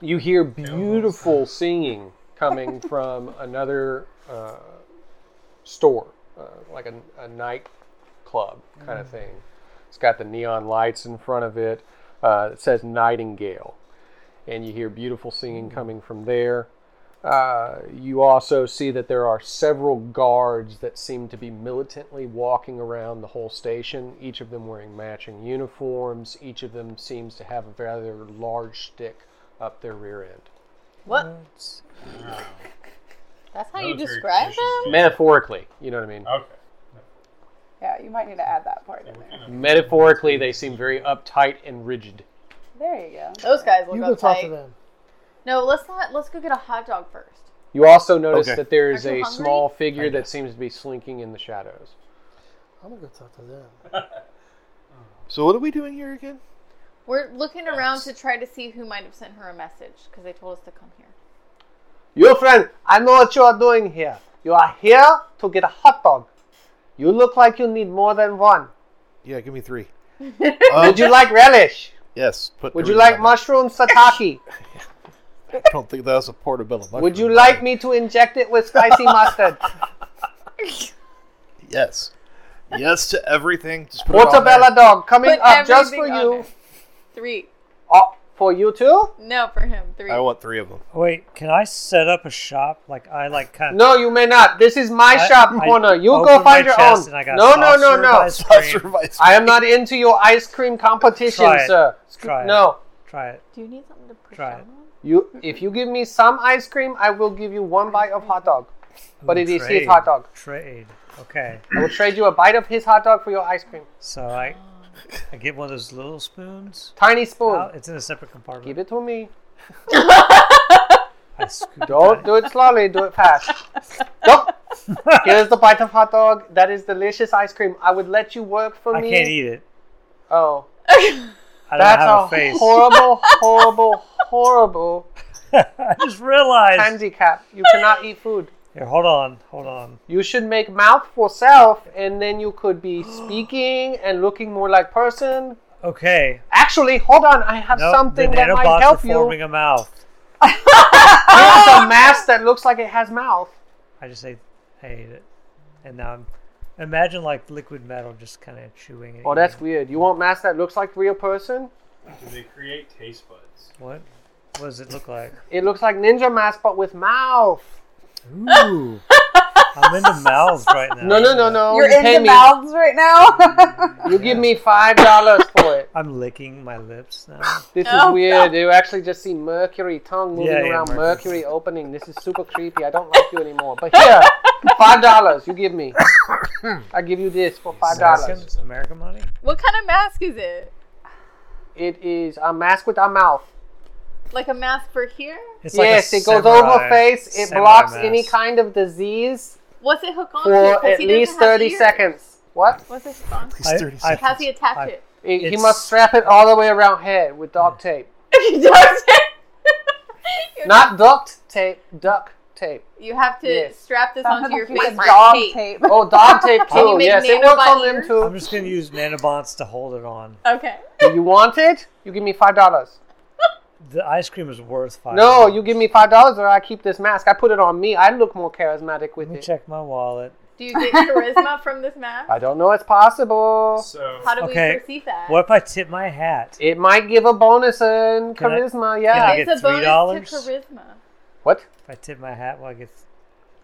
Speaker 9: You hear beautiful singing
Speaker 1: [laughs]
Speaker 9: coming from another uh, store, uh, like a, a nightclub kind
Speaker 1: Mm.
Speaker 9: of thing. It's got the neon lights in front of it. Uh, it says Nightingale, and you hear beautiful singing coming from there. Uh, you also see that there are several guards that seem to be militantly walking around the whole station, each of them wearing matching uniforms. Each of them seems to have a rather large stick up their rear end.
Speaker 3: What? That's how you
Speaker 6: Military
Speaker 3: describe
Speaker 6: traditions.
Speaker 3: them?
Speaker 9: Metaphorically, you know what I mean?
Speaker 6: Okay.
Speaker 2: Yeah, you might need to add that part in there.
Speaker 1: [laughs]
Speaker 9: Metaphorically, they seem very uptight and rigid.
Speaker 2: There you go.
Speaker 3: Those guys look
Speaker 1: You
Speaker 3: you
Speaker 1: go talk to
Speaker 3: uptight.
Speaker 1: them.
Speaker 3: No, let's not. Let's go get a hot dog first.
Speaker 9: You also notice
Speaker 6: Okay.
Speaker 9: that there is
Speaker 3: Are you
Speaker 9: a
Speaker 3: hungry?
Speaker 9: small figure that seems to be slinking in the shadows.
Speaker 1: I'm gonna go talk to them.
Speaker 9: [laughs]
Speaker 10: So what are we doing here again?
Speaker 3: We're looking around to try to see who might have sent her a message because they told us to come here.
Speaker 9: Your friend, I know what you are doing here. You are here to get a hot dog. You look like you need more than one.
Speaker 10: Yeah, give me three. Um,
Speaker 9: [laughs] Would you like relish?
Speaker 10: Yes. Put
Speaker 9: Would
Speaker 10: the
Speaker 9: you
Speaker 10: ring
Speaker 9: like
Speaker 10: on
Speaker 9: mushroom sataki?
Speaker 10: it. I don't think that was a portobello.
Speaker 9: Would you
Speaker 10: mushroom.
Speaker 9: like me to inject it with spicy
Speaker 10: [laughs]
Speaker 9: mustard?
Speaker 10: Yes. Yes to everything. Just put it on there.
Speaker 9: Portobello dog coming
Speaker 3: Put
Speaker 9: up just for
Speaker 3: everything on
Speaker 9: you.
Speaker 3: it. Three.
Speaker 9: Oh, for you too?
Speaker 3: No, for him. Three.
Speaker 10: I want three of them.
Speaker 7: Wait, can I set up a shop? Like I like kind of.
Speaker 9: No, you may not. This is my
Speaker 7: I-
Speaker 9: shop
Speaker 7: I
Speaker 9: corner. You go
Speaker 7: opened my
Speaker 9: find your
Speaker 7: chest
Speaker 9: own.
Speaker 7: and I got
Speaker 9: No, no,
Speaker 7: soft
Speaker 9: no, [laughs]
Speaker 7: serve
Speaker 9: no.
Speaker 7: [laughs] ice cream.
Speaker 10: Survive.
Speaker 9: I am not into your ice cream competition,
Speaker 7: Try it.
Speaker 9: sir.
Speaker 7: Try it.
Speaker 9: no.
Speaker 7: Try it.
Speaker 3: Do you need something to push
Speaker 7: Try
Speaker 3: down
Speaker 7: it.
Speaker 3: on?
Speaker 9: You if you give me some ice cream, I will give you one bite of hot dog. But
Speaker 7: Ooh,
Speaker 9: it is his hot dog.
Speaker 7: Trade. Okay,
Speaker 9: I will trade you a bite of his hot dog for your ice cream.
Speaker 7: so I I get one of those little spoons.
Speaker 9: Tiny spoon.
Speaker 7: Out. It's in a separate compartment.
Speaker 9: Give it to me.
Speaker 7: I scoop
Speaker 9: Don't do it slowly, do it fast.
Speaker 7: [laughs]
Speaker 9: Go. Here's the bite of hot dog. That is delicious ice cream. I would let you work for
Speaker 7: I
Speaker 9: me.
Speaker 7: can't eat it.
Speaker 9: Oh,
Speaker 7: [laughs] I don't
Speaker 9: that's
Speaker 7: have
Speaker 9: a
Speaker 7: a face. [laughs]
Speaker 9: horrible, horrible, horrible
Speaker 7: I just realized.
Speaker 9: handicap. You cannot eat food.
Speaker 7: Here, hold on, hold on.
Speaker 9: You should make mouth for self, and then you could be [gasps] speaking and looking more like person.
Speaker 7: Okay.
Speaker 9: Actually, hold on. I have
Speaker 7: No,
Speaker 9: something
Speaker 7: the
Speaker 9: that might
Speaker 7: nanobots
Speaker 9: help
Speaker 7: are
Speaker 9: you.
Speaker 7: forming a mouth. [laughs]
Speaker 9: Here's a mask that looks like it has mouth.
Speaker 7: I just ate, I ate it, and now I'm imagine like liquid metal just kind of chewing it.
Speaker 9: Oh, that's weird. You want mask that looks like real person?
Speaker 6: Do they create taste buds?
Speaker 7: what? What does it look like?
Speaker 9: It looks like ninja mask, but with mouth.
Speaker 7: Ooh,
Speaker 9: [laughs]
Speaker 7: I'm into mouths right now.
Speaker 9: No, no, no, no.
Speaker 2: You're
Speaker 9: you pay
Speaker 2: into
Speaker 9: me.
Speaker 2: mouths right now.
Speaker 9: You give me five dollars for it.
Speaker 7: I'm licking my lips now.
Speaker 9: This
Speaker 3: Oh,
Speaker 9: is weird. You actually just see Mercury tongue moving
Speaker 7: Yeah, yeah,
Speaker 9: around,
Speaker 7: Mercury.
Speaker 9: Mercury. opening. This is super creepy. I don't like you anymore. But here, five dollars. You give me. I give you this for five
Speaker 7: American,
Speaker 9: dollars.
Speaker 7: American money.
Speaker 3: What kind of mask is it?
Speaker 9: It is a mask with a mouth.
Speaker 3: Like a mask for here?
Speaker 7: It's
Speaker 9: yes,
Speaker 7: like a
Speaker 9: it goes
Speaker 7: samurai-
Speaker 9: over face. It
Speaker 7: samurai
Speaker 9: blocks any
Speaker 7: mask.
Speaker 9: kind of disease
Speaker 3: What's it hook onto?
Speaker 9: for
Speaker 3: 'Cause
Speaker 9: at
Speaker 3: he doesn't
Speaker 9: least
Speaker 3: have
Speaker 9: thirty
Speaker 3: ears.
Speaker 9: seconds. What?
Speaker 3: What's it hook onto?
Speaker 10: It's 30
Speaker 7: I- I-
Speaker 10: seconds.
Speaker 3: How's he attach
Speaker 7: I-
Speaker 3: it?
Speaker 9: He- he
Speaker 7: It's-
Speaker 9: must strap it all the way around head with duct
Speaker 7: [laughs]
Speaker 9: tape.
Speaker 3: He does it. You-
Speaker 9: Not duct tape. Duct tape.
Speaker 3: You have to
Speaker 9: Yes.
Speaker 3: strap this onto your
Speaker 2: He said
Speaker 3: face with
Speaker 2: dog
Speaker 3: tape.
Speaker 2: tape.
Speaker 3: [laughs]
Speaker 9: Oh, dog
Speaker 7: [laughs]
Speaker 9: tape
Speaker 3: Can you
Speaker 9: too.
Speaker 3: make
Speaker 9: Yes, it
Speaker 3: nail
Speaker 9: works
Speaker 3: by
Speaker 9: on them
Speaker 3: ears?
Speaker 9: too.
Speaker 7: I'm just gonna use nanobots to hold it on.
Speaker 3: Okay.
Speaker 9: Do you want it? You give me five dollars.
Speaker 7: The ice cream is worth five.
Speaker 9: No,
Speaker 7: dollars.
Speaker 9: you give me five dollars or I keep this mask. I put it on me. I look more charismatic with
Speaker 7: Let me
Speaker 9: it.
Speaker 7: check my wallet.
Speaker 3: Do you get
Speaker 9: [laughs]
Speaker 3: charisma from this mask?
Speaker 9: I don't know. It's possible.
Speaker 6: So
Speaker 3: How do
Speaker 7: Okay.
Speaker 3: we perceive that?
Speaker 7: What if I tip my hat?
Speaker 9: It might give a bonus in
Speaker 7: Can I-
Speaker 9: charisma.
Speaker 7: I
Speaker 9: yeah.
Speaker 7: get
Speaker 3: it's a bonus
Speaker 7: $3?
Speaker 3: to charisma.
Speaker 9: What?
Speaker 7: If I tip my hat, well, I get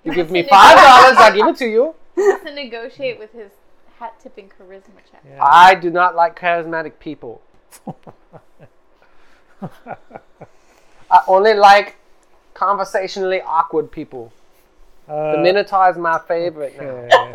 Speaker 9: You give me five dollars. I give it to you. [laughs]
Speaker 3: Just to negotiate with his hat tipping charisma check.
Speaker 7: yeah.
Speaker 3: [laughs]
Speaker 9: I do not like charismatic people. I only like conversationally awkward people.
Speaker 7: Uh,
Speaker 9: The Minotaur is my favorite now.
Speaker 7: okay.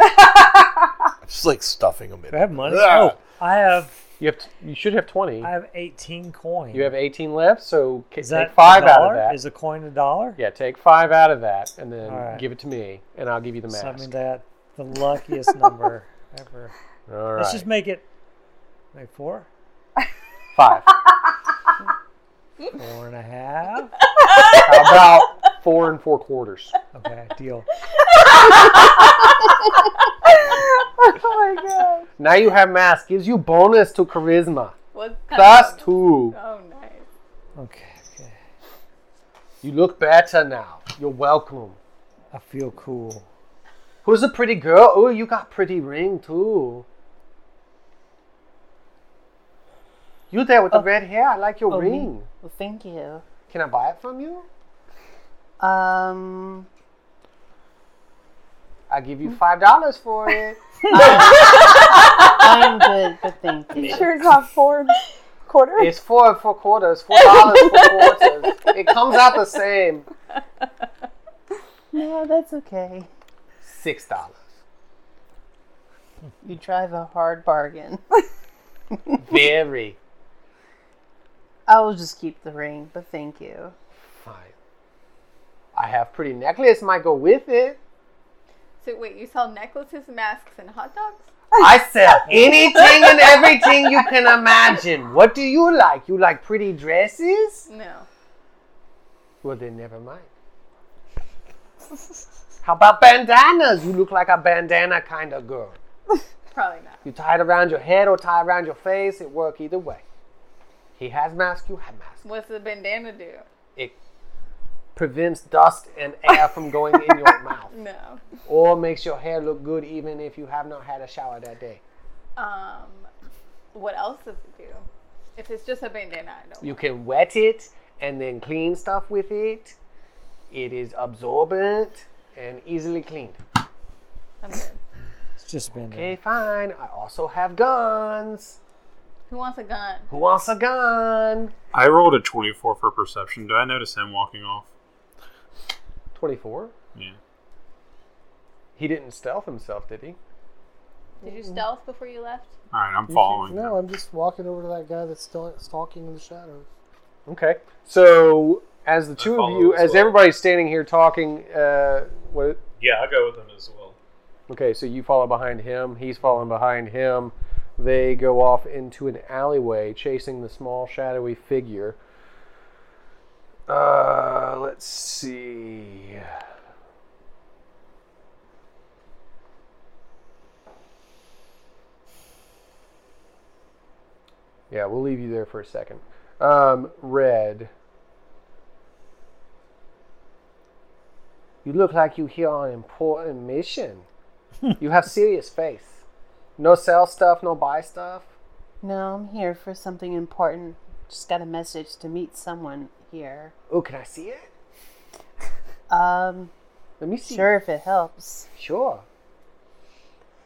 Speaker 1: Just like stuffing them in.
Speaker 7: Do I have money?
Speaker 1: Ah.
Speaker 7: Oh, I have
Speaker 9: You have. T- you should have twenty.
Speaker 7: I have 18 coins.
Speaker 9: You have eighteen left, so ca-
Speaker 7: Is that
Speaker 9: take five
Speaker 7: a
Speaker 9: out of
Speaker 7: dollar?
Speaker 9: that.
Speaker 7: Is a coin a dollar?
Speaker 9: yeah, take five out of that, and then
Speaker 7: All right.
Speaker 9: give it to me, and I'll give you the mask.
Speaker 7: Send me that. The luckiest number ever.
Speaker 9: [laughs] All right.
Speaker 7: Let's just make it
Speaker 3: [laughs]
Speaker 7: like four,
Speaker 9: [laughs] five.
Speaker 7: four and
Speaker 3: [laughs]
Speaker 7: a half.
Speaker 9: How about four and four quarters?
Speaker 7: Okay, deal.
Speaker 9: Now you have mask. Gives you bonus to charisma.
Speaker 3: What's
Speaker 9: Plus two.
Speaker 3: Oh, nice.
Speaker 7: Okay, okay.
Speaker 9: You look better now. You're welcome.
Speaker 7: I feel cool.
Speaker 9: Who's a pretty girl? Oh, you got pretty ring too. You there with the red hair? I like your
Speaker 5: oh, me?
Speaker 9: ring.
Speaker 5: Well, thank you.
Speaker 9: Can I buy it from you?
Speaker 5: Um,
Speaker 9: I give you five dollars for it.
Speaker 5: [laughs] I'm good, but thank you.
Speaker 11: Sure, not four quarters.
Speaker 9: it's four and four quarters. Four dollars for quarters. It comes out the same.
Speaker 5: No, that's okay.
Speaker 9: Six dollars.
Speaker 5: You drive a hard bargain. [laughs]
Speaker 9: Very
Speaker 5: I will just keep the ring, but thank you.
Speaker 9: fine. I have pretty necklace. Might go with it.
Speaker 3: So wait, you sell necklaces, masks, and hot dogs?
Speaker 9: I sell anything and everything you can imagine. What do you like? You like pretty dresses?
Speaker 3: No.
Speaker 9: Well, then never mind. [laughs] How about bandanas? You look like a bandana kind of girl.
Speaker 3: Probably not.
Speaker 9: You tie it around your head or tie it around your face. It work either way. He has mask. You have mask.
Speaker 3: What's the bandana do?
Speaker 9: It prevents dust and air from going in your mouth,
Speaker 3: No.
Speaker 9: or makes your hair look good even if you have not had a shower that day.
Speaker 3: Um, what else does it do? If it's just a bandana, I don't.
Speaker 9: You can wet it and then clean stuff with it. It is absorbent and easily cleaned.
Speaker 3: I'm good.
Speaker 7: It's just been
Speaker 9: Okay, fine. I also have guns.
Speaker 3: Who wants a gun?
Speaker 9: Who wants a gun?
Speaker 8: I rolled a 24 for perception. Do I notice him walking off?
Speaker 9: 24.
Speaker 8: Yeah.
Speaker 9: He didn't stealth himself, did he?
Speaker 3: Did you stealth before you left?
Speaker 8: All right, I'm following.
Speaker 4: No,
Speaker 8: him.
Speaker 4: I'm just walking over to that guy that's still stalking in the shadows.
Speaker 9: Okay. So, as the two of
Speaker 12: follow
Speaker 9: you,
Speaker 12: as
Speaker 9: as
Speaker 12: well.
Speaker 9: everybody's standing here talking, uh, what,
Speaker 8: Yeah, I'll go with him as well.
Speaker 9: okay, so you follow behind him, he's following behind him. They go off into an alleyway, chasing the small, shadowy figure. Uh, let's see. Yeah, we'll leave you there for a second. Um, red. You look like you here on an important mission. you have serious face. No sell stuff, no buy stuff.
Speaker 5: No, I'm here for something important. Just got a message to meet someone here.
Speaker 9: Oh, can I see it?
Speaker 5: Um,
Speaker 9: Let me see.
Speaker 5: sure if it helps.
Speaker 9: Sure.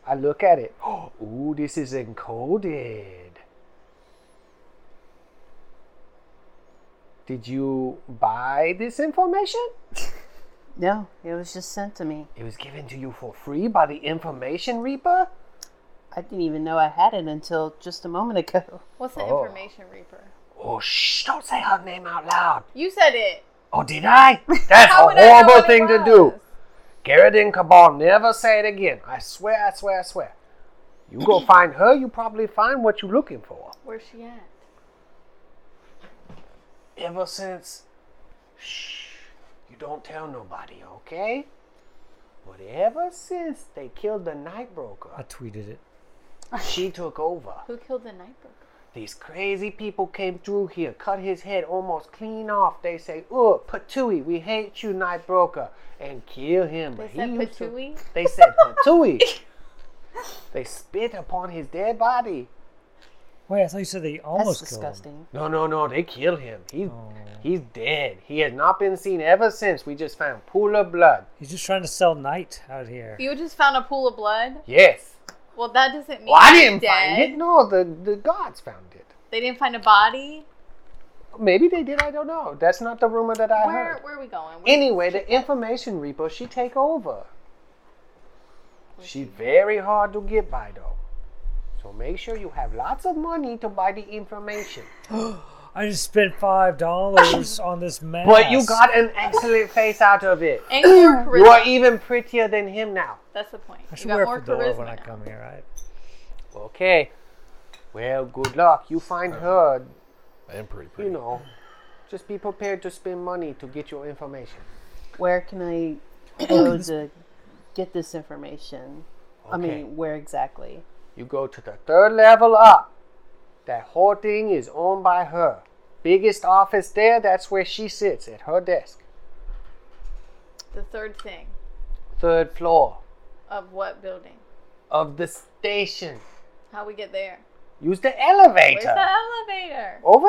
Speaker 9: I look at it. [gasps] Ooh, this is encoded. Did you buy this information?
Speaker 5: No, it was just sent to me.
Speaker 9: It was given to you for free by the Information Reaper?
Speaker 5: I didn't even know I had it until just a moment ago.
Speaker 3: [laughs] What's the
Speaker 9: Oh.
Speaker 3: information reaper?
Speaker 9: Oh, shh, don't say her name out loud.
Speaker 3: You said it.
Speaker 9: Oh,
Speaker 3: [laughs]
Speaker 9: did I? That's
Speaker 3: How
Speaker 9: a
Speaker 3: would I know what
Speaker 9: horrible
Speaker 3: it
Speaker 9: thing to
Speaker 3: was?
Speaker 9: do. Garrett and Cabal, never say it again. I swear, I swear, I swear.
Speaker 3: [clears throat]
Speaker 9: You go find her, you probably find what you're looking for.
Speaker 3: Where's she at?
Speaker 9: Ever since. Shh. You don't tell nobody, okay? But ever since they killed the night
Speaker 7: I
Speaker 9: broker,
Speaker 7: tweeted it.
Speaker 9: [laughs] she took over.
Speaker 3: Who killed the night broker?
Speaker 9: These crazy people came through here, cut his head almost clean off. They say, Ugh, Patui, we hate you, Night Broker, and kill him.
Speaker 3: They
Speaker 9: But he
Speaker 3: said
Speaker 9: used to-
Speaker 3: Patui. [laughs]
Speaker 9: They said Patui. they spit upon his dead body.
Speaker 7: Wait, I thought you said they
Speaker 5: That's
Speaker 7: almost killed him.
Speaker 5: disgusting.
Speaker 9: No, no, no, they killed him. He,
Speaker 7: Oh.
Speaker 9: He's dead. He has not been seen ever since. We just found pool of blood.
Speaker 7: He's just trying to sell night out here.
Speaker 3: You just found a pool of blood.
Speaker 9: Yes.
Speaker 3: Well, that doesn't mean
Speaker 9: Well, I
Speaker 3: he's
Speaker 9: didn't
Speaker 3: dead.
Speaker 9: find it. No, the, the gods found it.
Speaker 3: They didn't find a body.
Speaker 9: Maybe they did. I don't know. That's not the rumor that I
Speaker 3: Where
Speaker 9: heard.
Speaker 3: Where are we going? Where-
Speaker 9: Anyway, the information repo, she take over.
Speaker 1: She's very hard to get by, though. So make sure you have lots of money to buy the information.
Speaker 7: [gasps] I just spent
Speaker 1: [gasps]
Speaker 7: five dollars on this mask.
Speaker 1: But you got an excellent face out of it.
Speaker 3: And your
Speaker 1: [clears throat] You are
Speaker 3: charisma.
Speaker 1: even prettier than him now.
Speaker 3: That's the point.
Speaker 7: I
Speaker 3: You
Speaker 7: should
Speaker 3: got
Speaker 7: wear
Speaker 3: more
Speaker 7: a fedora when I
Speaker 3: charisma. now.
Speaker 7: come here, right?
Speaker 1: Okay. Well, good luck. You find her,
Speaker 13: I am pretty
Speaker 1: you
Speaker 13: pretty.
Speaker 1: know. Just be prepared to spend money to get your information.
Speaker 5: Where can
Speaker 9: [clears throat]
Speaker 5: I go to get this information? I
Speaker 1: Okay.
Speaker 5: mean, where exactly?
Speaker 1: You go to the third level up. That whole thing is owned by her. Biggest office there, that's where she sits at her desk.
Speaker 3: The third thing
Speaker 1: Third floor
Speaker 3: of what building?
Speaker 1: of the station.
Speaker 3: How we get there?
Speaker 1: Use the
Speaker 3: Where's
Speaker 1: elevator.
Speaker 3: the elevator?
Speaker 1: Over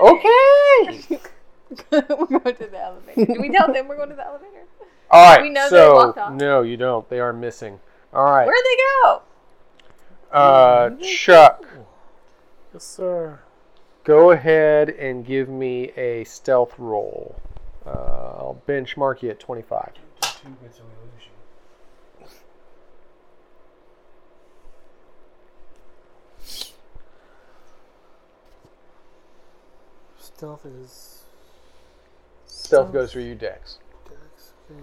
Speaker 1: there.
Speaker 3: Okay.
Speaker 1: Okay.
Speaker 3: [laughs]
Speaker 7: [laughs]
Speaker 3: we're going to the elevator. Do we tell them we're going to the elevator?
Speaker 1: All right.
Speaker 3: We know they
Speaker 1: so
Speaker 3: walked off.
Speaker 1: no, you don't. They are missing. All right.
Speaker 3: Where'd they go?
Speaker 1: Uh, Chuck,
Speaker 4: Yes, sir.
Speaker 1: go ahead and give me a stealth roll. Uh, I'll benchmark you at 25.
Speaker 4: Stealth is.
Speaker 1: Stealth goes through you, Dex.
Speaker 4: Dex, okay.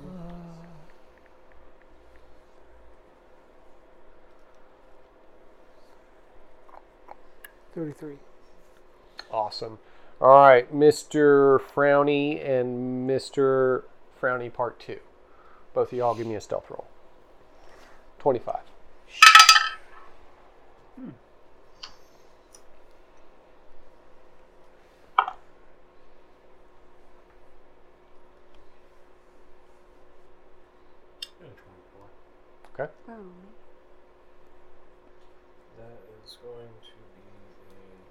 Speaker 4: Thirty-three.
Speaker 1: Awesome. All right, Mr. Frowny and Mr. Frowny Part 2. Both of y'all give me a stealth roll. 25. Okay.
Speaker 14: Oh.
Speaker 6: That is going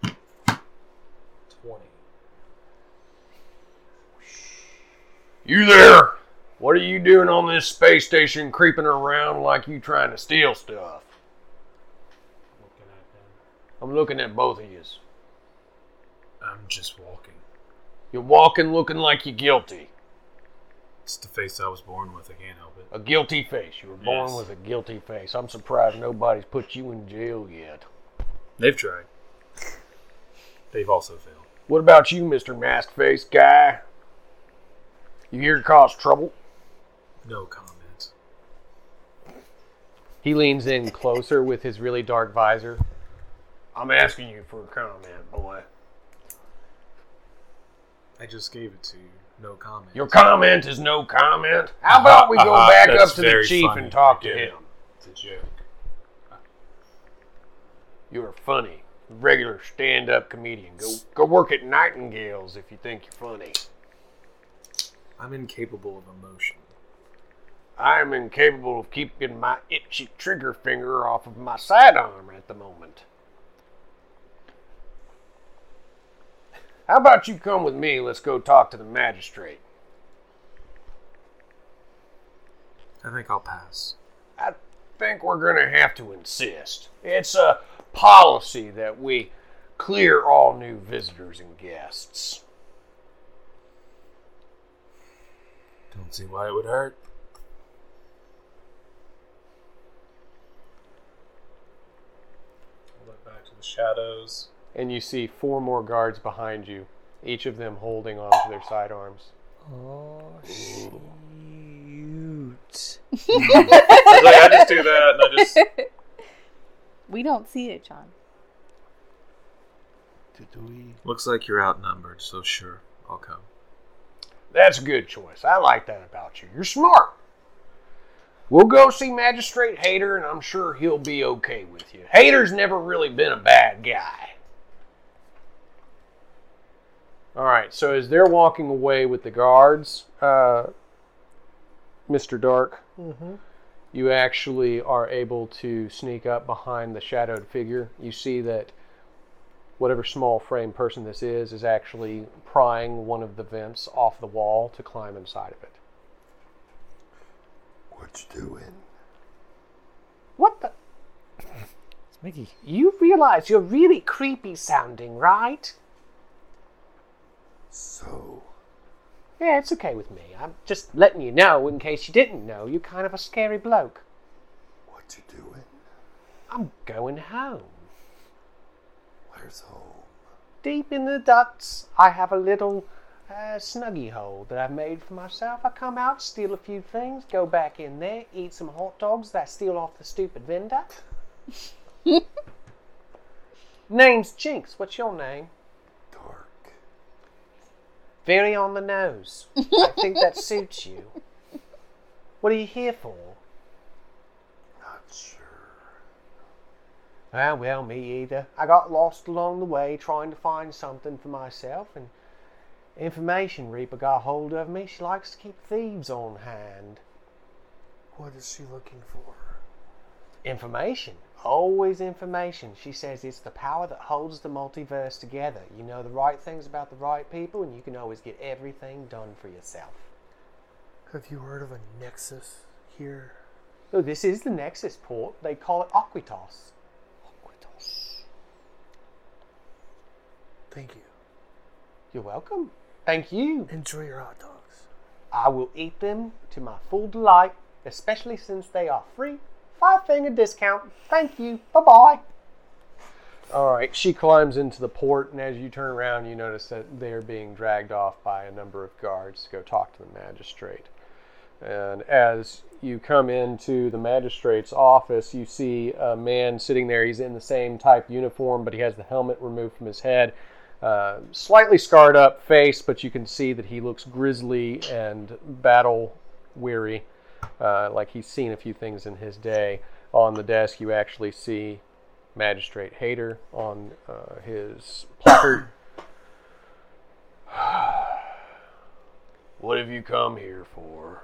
Speaker 6: to be a 20.
Speaker 13: You there? What are you doing on this space station creeping around like you trying to steal stuff?
Speaker 6: Looking at
Speaker 13: I'm looking at both of yous.
Speaker 6: him. I'm just walking.
Speaker 13: You're walking looking like you're guilty.
Speaker 8: It's the face I was born with. I can't help it.
Speaker 13: A guilty face. You were born
Speaker 8: Yes.
Speaker 13: with a guilty face. I'm surprised nobody's put you in jail yet.
Speaker 8: They've tried. They've also failed.
Speaker 13: What about you, Mr. Maskface guy? You here to cause trouble?
Speaker 8: No comment.
Speaker 1: He leans in closer with his really dark visor.
Speaker 13: I'm asking you for a comment, boy.
Speaker 6: I just gave it to you. No comment.
Speaker 13: Your comment is no comment. How about we
Speaker 6: [laughs]
Speaker 13: go back up to the chief and talk to him?
Speaker 6: It's a joke.
Speaker 13: You're funny. Regular stand up comedian. Go go work at Nightingales if you think you're funny.
Speaker 6: I'm incapable of emotion.
Speaker 13: I am incapable of keeping my itchy trigger finger off of my sidearm at the moment. How about you come with me? Let's go talk to the magistrate.
Speaker 6: I think I'll pass.
Speaker 13: I think we're going to have to insist. It's a policy that we clear all new visitors and guests.
Speaker 8: Don't see why it would hurt.
Speaker 6: I'll look back to the shadows.
Speaker 1: And you see four more guards behind you, each of them holding onto their sidearms.
Speaker 7: Oh shoot!
Speaker 8: [laughs] I was like, I just do that, and I just
Speaker 3: We don't see it, John.
Speaker 6: Looks like you're outnumbered, so sure, I'll come.
Speaker 13: That's a good choice. I like that about you. You're smart. We'll go see Magistrate Hater, and I'm sure he'll be okay with you. Hater's never really been a bad guy.
Speaker 1: All right. So as they're walking away with the guards, uh, Mr. Dark, you actually are able to sneak up behind the shadowed figure. You see that whatever small frame person this is is actually prying one of the vents off the wall to climb inside of it.
Speaker 13: What you doing?
Speaker 1: What the?
Speaker 7: It's Mickey.
Speaker 1: You realize you're really creepy sounding, right?
Speaker 13: So,
Speaker 1: Yeah, it's okay with me. I'm just letting you know in case you didn't know. You're kind of a scary bloke.
Speaker 13: What you doing?
Speaker 9: I'm going home.
Speaker 13: Where's home?
Speaker 9: Deep in the ducts, I have a little uh, snuggy hole that I've made for myself. I come out, steal a few things, go back in there, eat some hot dogs that I steal off the stupid vendor. Name's Jinx. What's your name?
Speaker 13: Dark.
Speaker 9: Very on the nose. I think that suits you. What are you here for?
Speaker 13: Not sure.
Speaker 9: Ah, well, me either. I got lost along the way trying to find something for myself, and Information Reaper got hold of me. She likes to keep thieves on hand.
Speaker 4: What is she looking for?
Speaker 9: Information. Always information. She says it's the power that holds the multiverse together. You know the right things about the right people, and you can always get everything done for yourself.
Speaker 4: Have you heard of a nexus here?
Speaker 9: Oh, this is the Nexus port. They call it Aquitos.
Speaker 4: Thank you.
Speaker 9: You're welcome. Thank you.
Speaker 4: Enjoy your hot dogs.
Speaker 9: I will eat them to my full delight, especially since they are free. Five finger discount. Thank you. Bye bye.
Speaker 1: All right, she climbs into the port, and as you turn around, you notice that they are being dragged off by a number of guards to go talk to the magistrate. And as you come into the magistrate's office, you see a man sitting there. He's in the same type uniform, but he has the helmet removed from his head. Uh, slightly scarred up face, but you can see that he looks grisly and battle weary, uh, like he's seen a few things in his day. On the desk, you actually see Magistrate Hayter on uh, his placard.
Speaker 13: What have you come here for?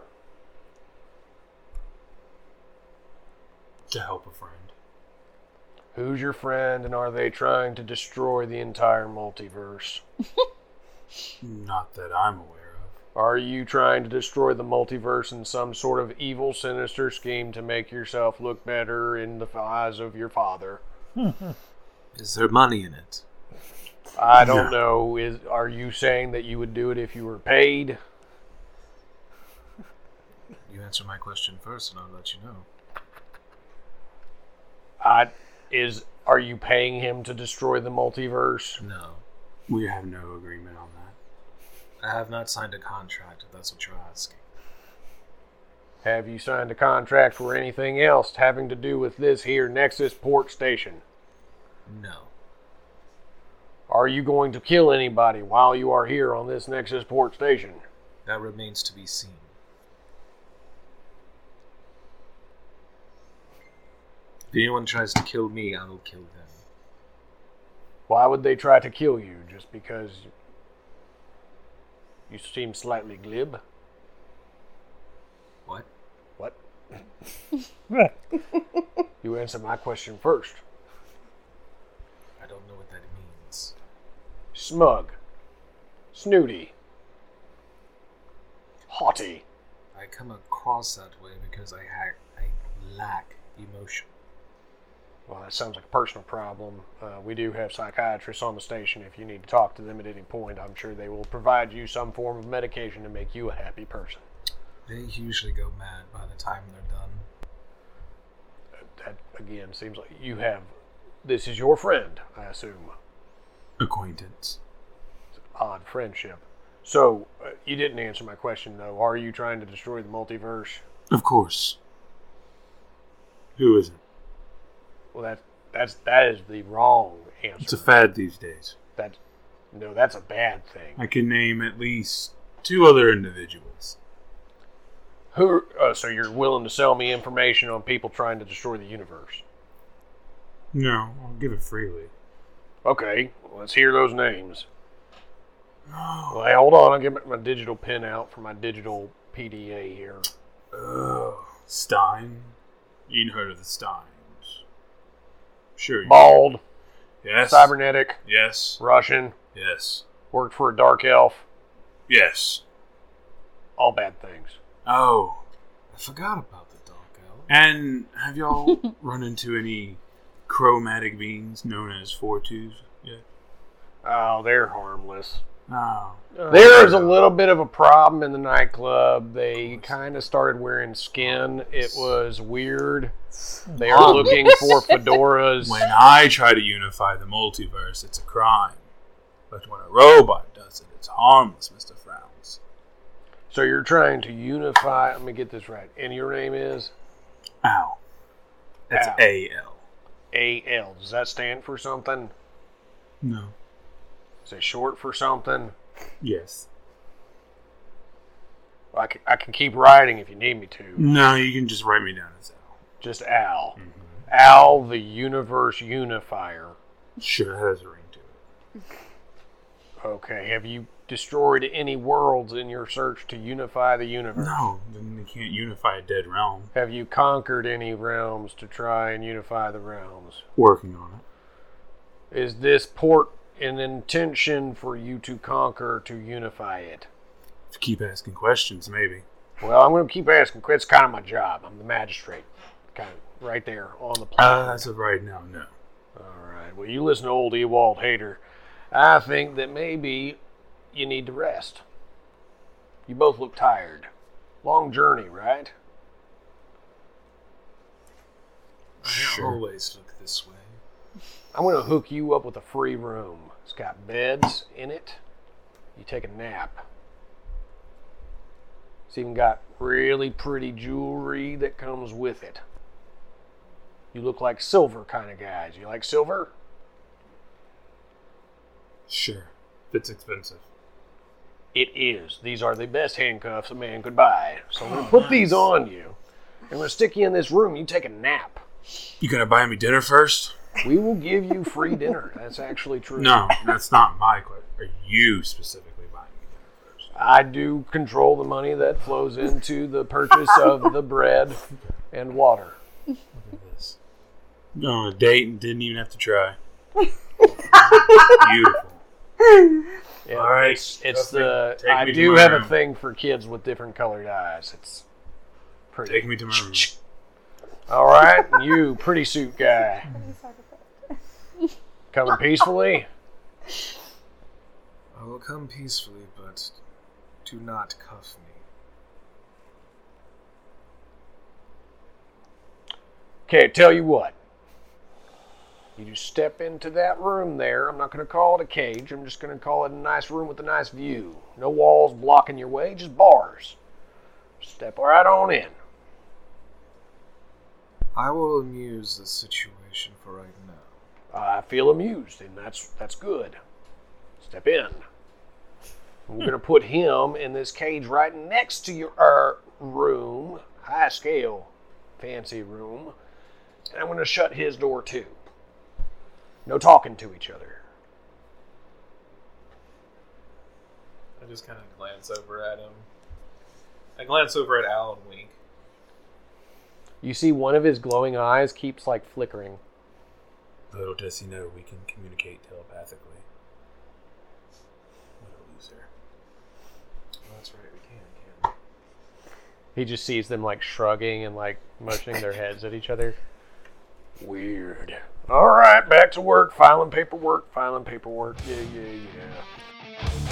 Speaker 6: To help a friend.
Speaker 13: Who's your friend, and are they trying to destroy the entire multiverse?
Speaker 8: [laughs] Not that I'm aware of.
Speaker 13: Are you trying to destroy the multiverse in some sort of evil, sinister scheme to make yourself look better in the eyes of your father?
Speaker 6: Is there money in it?
Speaker 13: I don't know. Is are you saying that you would do it if you were paid?
Speaker 6: You answer my question first, and I'll let you know.
Speaker 13: I is are you paying him to destroy the multiverse?
Speaker 6: No,
Speaker 8: We have no agreement on that.
Speaker 6: I have not signed a contract. If that's what you're asking.
Speaker 13: Have you signed a contract for anything else having to do with this here Nexus port station?
Speaker 6: No,
Speaker 13: Are you going to kill anybody while you are here on this Nexus port station?
Speaker 6: that remains to be seen. If anyone tries to kill me, I will kill them.
Speaker 13: Why would they try to kill you just because you seem slightly glib?
Speaker 6: What?
Speaker 13: What? [laughs]
Speaker 7: Right.
Speaker 13: You answer my question first.
Speaker 6: I don't know what that means.
Speaker 13: Smug, snooty, haughty.
Speaker 6: I come across that way because I ha- I lack emotion.
Speaker 13: Well, that sounds like a personal problem. Uh, we do have psychiatrists on the station. If you need to talk to them at any point, I'm sure they will provide you some form of medication to make you a happy person.
Speaker 6: They usually go mad by the time they're done.
Speaker 13: That, again, seems like you have. This is your friend, I assume.
Speaker 8: Acquaintance.
Speaker 13: Odd friendship. So, uh, you didn't answer my question, though. Are you trying to destroy the multiverse?
Speaker 8: Of course. Who isn't?
Speaker 13: Well, that, that's, that is the wrong answer.
Speaker 8: It's a fad these days.
Speaker 13: That, no, that's a bad thing.
Speaker 8: I can name at least two other individuals.
Speaker 13: Who? Uh, so you're willing to sell me information on people trying to destroy the universe?
Speaker 8: No, I'll give it freely.
Speaker 13: Okay, let's hear those names.
Speaker 8: Oh,
Speaker 13: Well, hey, hold on, I'll get my digital pen out for my digital PDA here.
Speaker 8: Stein. You'd heard of the Steins. Sure. You
Speaker 13: Bald,
Speaker 8: Yes.
Speaker 13: cybernetic,
Speaker 8: Yes.
Speaker 13: Russian,
Speaker 8: Yes.
Speaker 13: worked for a dark elf,
Speaker 8: Yes.
Speaker 13: all bad things.
Speaker 8: Oh.
Speaker 6: I forgot about the dark elf.
Speaker 8: And have y'all [laughs] run into any chromatic beings known as four twos yet?
Speaker 13: Oh, they're harmless.
Speaker 8: Oh.
Speaker 13: There is a little bit of a problem in the nightclub. They kind of started wearing skin. It was weird. They are
Speaker 8: Um,
Speaker 13: looking [laughs]
Speaker 8: [laughs]
Speaker 13: for fedoras.
Speaker 8: When I try to unify the multiverse, it's a crime. But when a robot does it, it's harmless, Mr. Frowns.
Speaker 13: So you're trying to unify. Let me get this right. And your name is
Speaker 8: Ow. That's
Speaker 13: Ow.
Speaker 8: A L.
Speaker 13: A L. Does that stand for something?
Speaker 8: No.
Speaker 13: Is it short for something?
Speaker 8: Yes.
Speaker 13: I can, I can keep writing if you need me to.
Speaker 8: No, you can just write me down as Al.
Speaker 13: Just Al. Al, the universe unifier.
Speaker 8: Sure, that has a ring to it.
Speaker 13: Okay. Have you destroyed any worlds in your search to unify the universe?
Speaker 8: No, then they can't unify a dead realm.
Speaker 13: Have you conquered any realms to try and unify the realms?
Speaker 8: Working on it.
Speaker 13: Is this port an intention for you to conquer to unify it?
Speaker 8: If you keep asking questions, maybe.
Speaker 13: Well, I'm going to keep asking. It's kind of my job. I'm the magistrate. Kind of right there on the
Speaker 8: Uh,
Speaker 13: platform.
Speaker 8: as of right now, no.
Speaker 13: All right. Well, you listen to old Ewald Hader. I think that maybe you need to rest. You both look tired. Long journey, right?
Speaker 6: I always look this way.
Speaker 13: I'm going to hook you up with a free room. It's got beds in it. You take a nap. It's even got really pretty jewelry that comes with it. You look like silver kind of guys. You like silver?
Speaker 8: Sure. If it's expensive.
Speaker 13: It is. These are the best handcuffs a man could buy. So I'm going to put these on you. I'm going to stick you in this room. You take a nap.
Speaker 8: You gonna buy me dinner first?
Speaker 13: We will give you free dinner. That's actually true.
Speaker 8: [laughs] No, that's not my question. Are you specifically buying me dinner first?
Speaker 13: I do control the money that flows into the purchase of the bread and water.
Speaker 8: Look at this. Going on a date and didn't even have to try. [laughs] Beautiful.
Speaker 13: Yeah,
Speaker 8: All right.
Speaker 13: It's, it's
Speaker 8: Justin,
Speaker 13: the
Speaker 8: take
Speaker 13: I
Speaker 8: me to
Speaker 13: do
Speaker 8: my
Speaker 13: have a
Speaker 8: room.
Speaker 13: thing for kids with different colored eyes. It's pretty.
Speaker 8: Take me to my room.
Speaker 13: All right, you pretty suit guy. Coming peacefully.
Speaker 6: I will come peacefully, but do not cuff me.
Speaker 13: Okay, tell you what. You just step into that room there. I'm not going to call it a cage. I'm just going to call it a nice room with a nice view. No walls blocking your way, just bars. Step right on in.
Speaker 6: I will amuse the situation for right now.
Speaker 13: I feel amused, and that's that's good. Step in. We're gonna put him in this cage right next to your er, room, high scale, fancy room, and I'm gonna shut his door too. No talking to each other.
Speaker 6: I just kind of glance over at him. I glance over at Al and wink.
Speaker 13: You see, one of his glowing eyes keeps like flickering.
Speaker 8: Little does he know we can communicate telepathically. What a loser.
Speaker 6: Well, that's right, we can, can't
Speaker 13: He just sees them like shrugging and like motioning their heads at each other. Weird. All right, back to work, filing paperwork, filing paperwork. Yeah, yeah, yeah.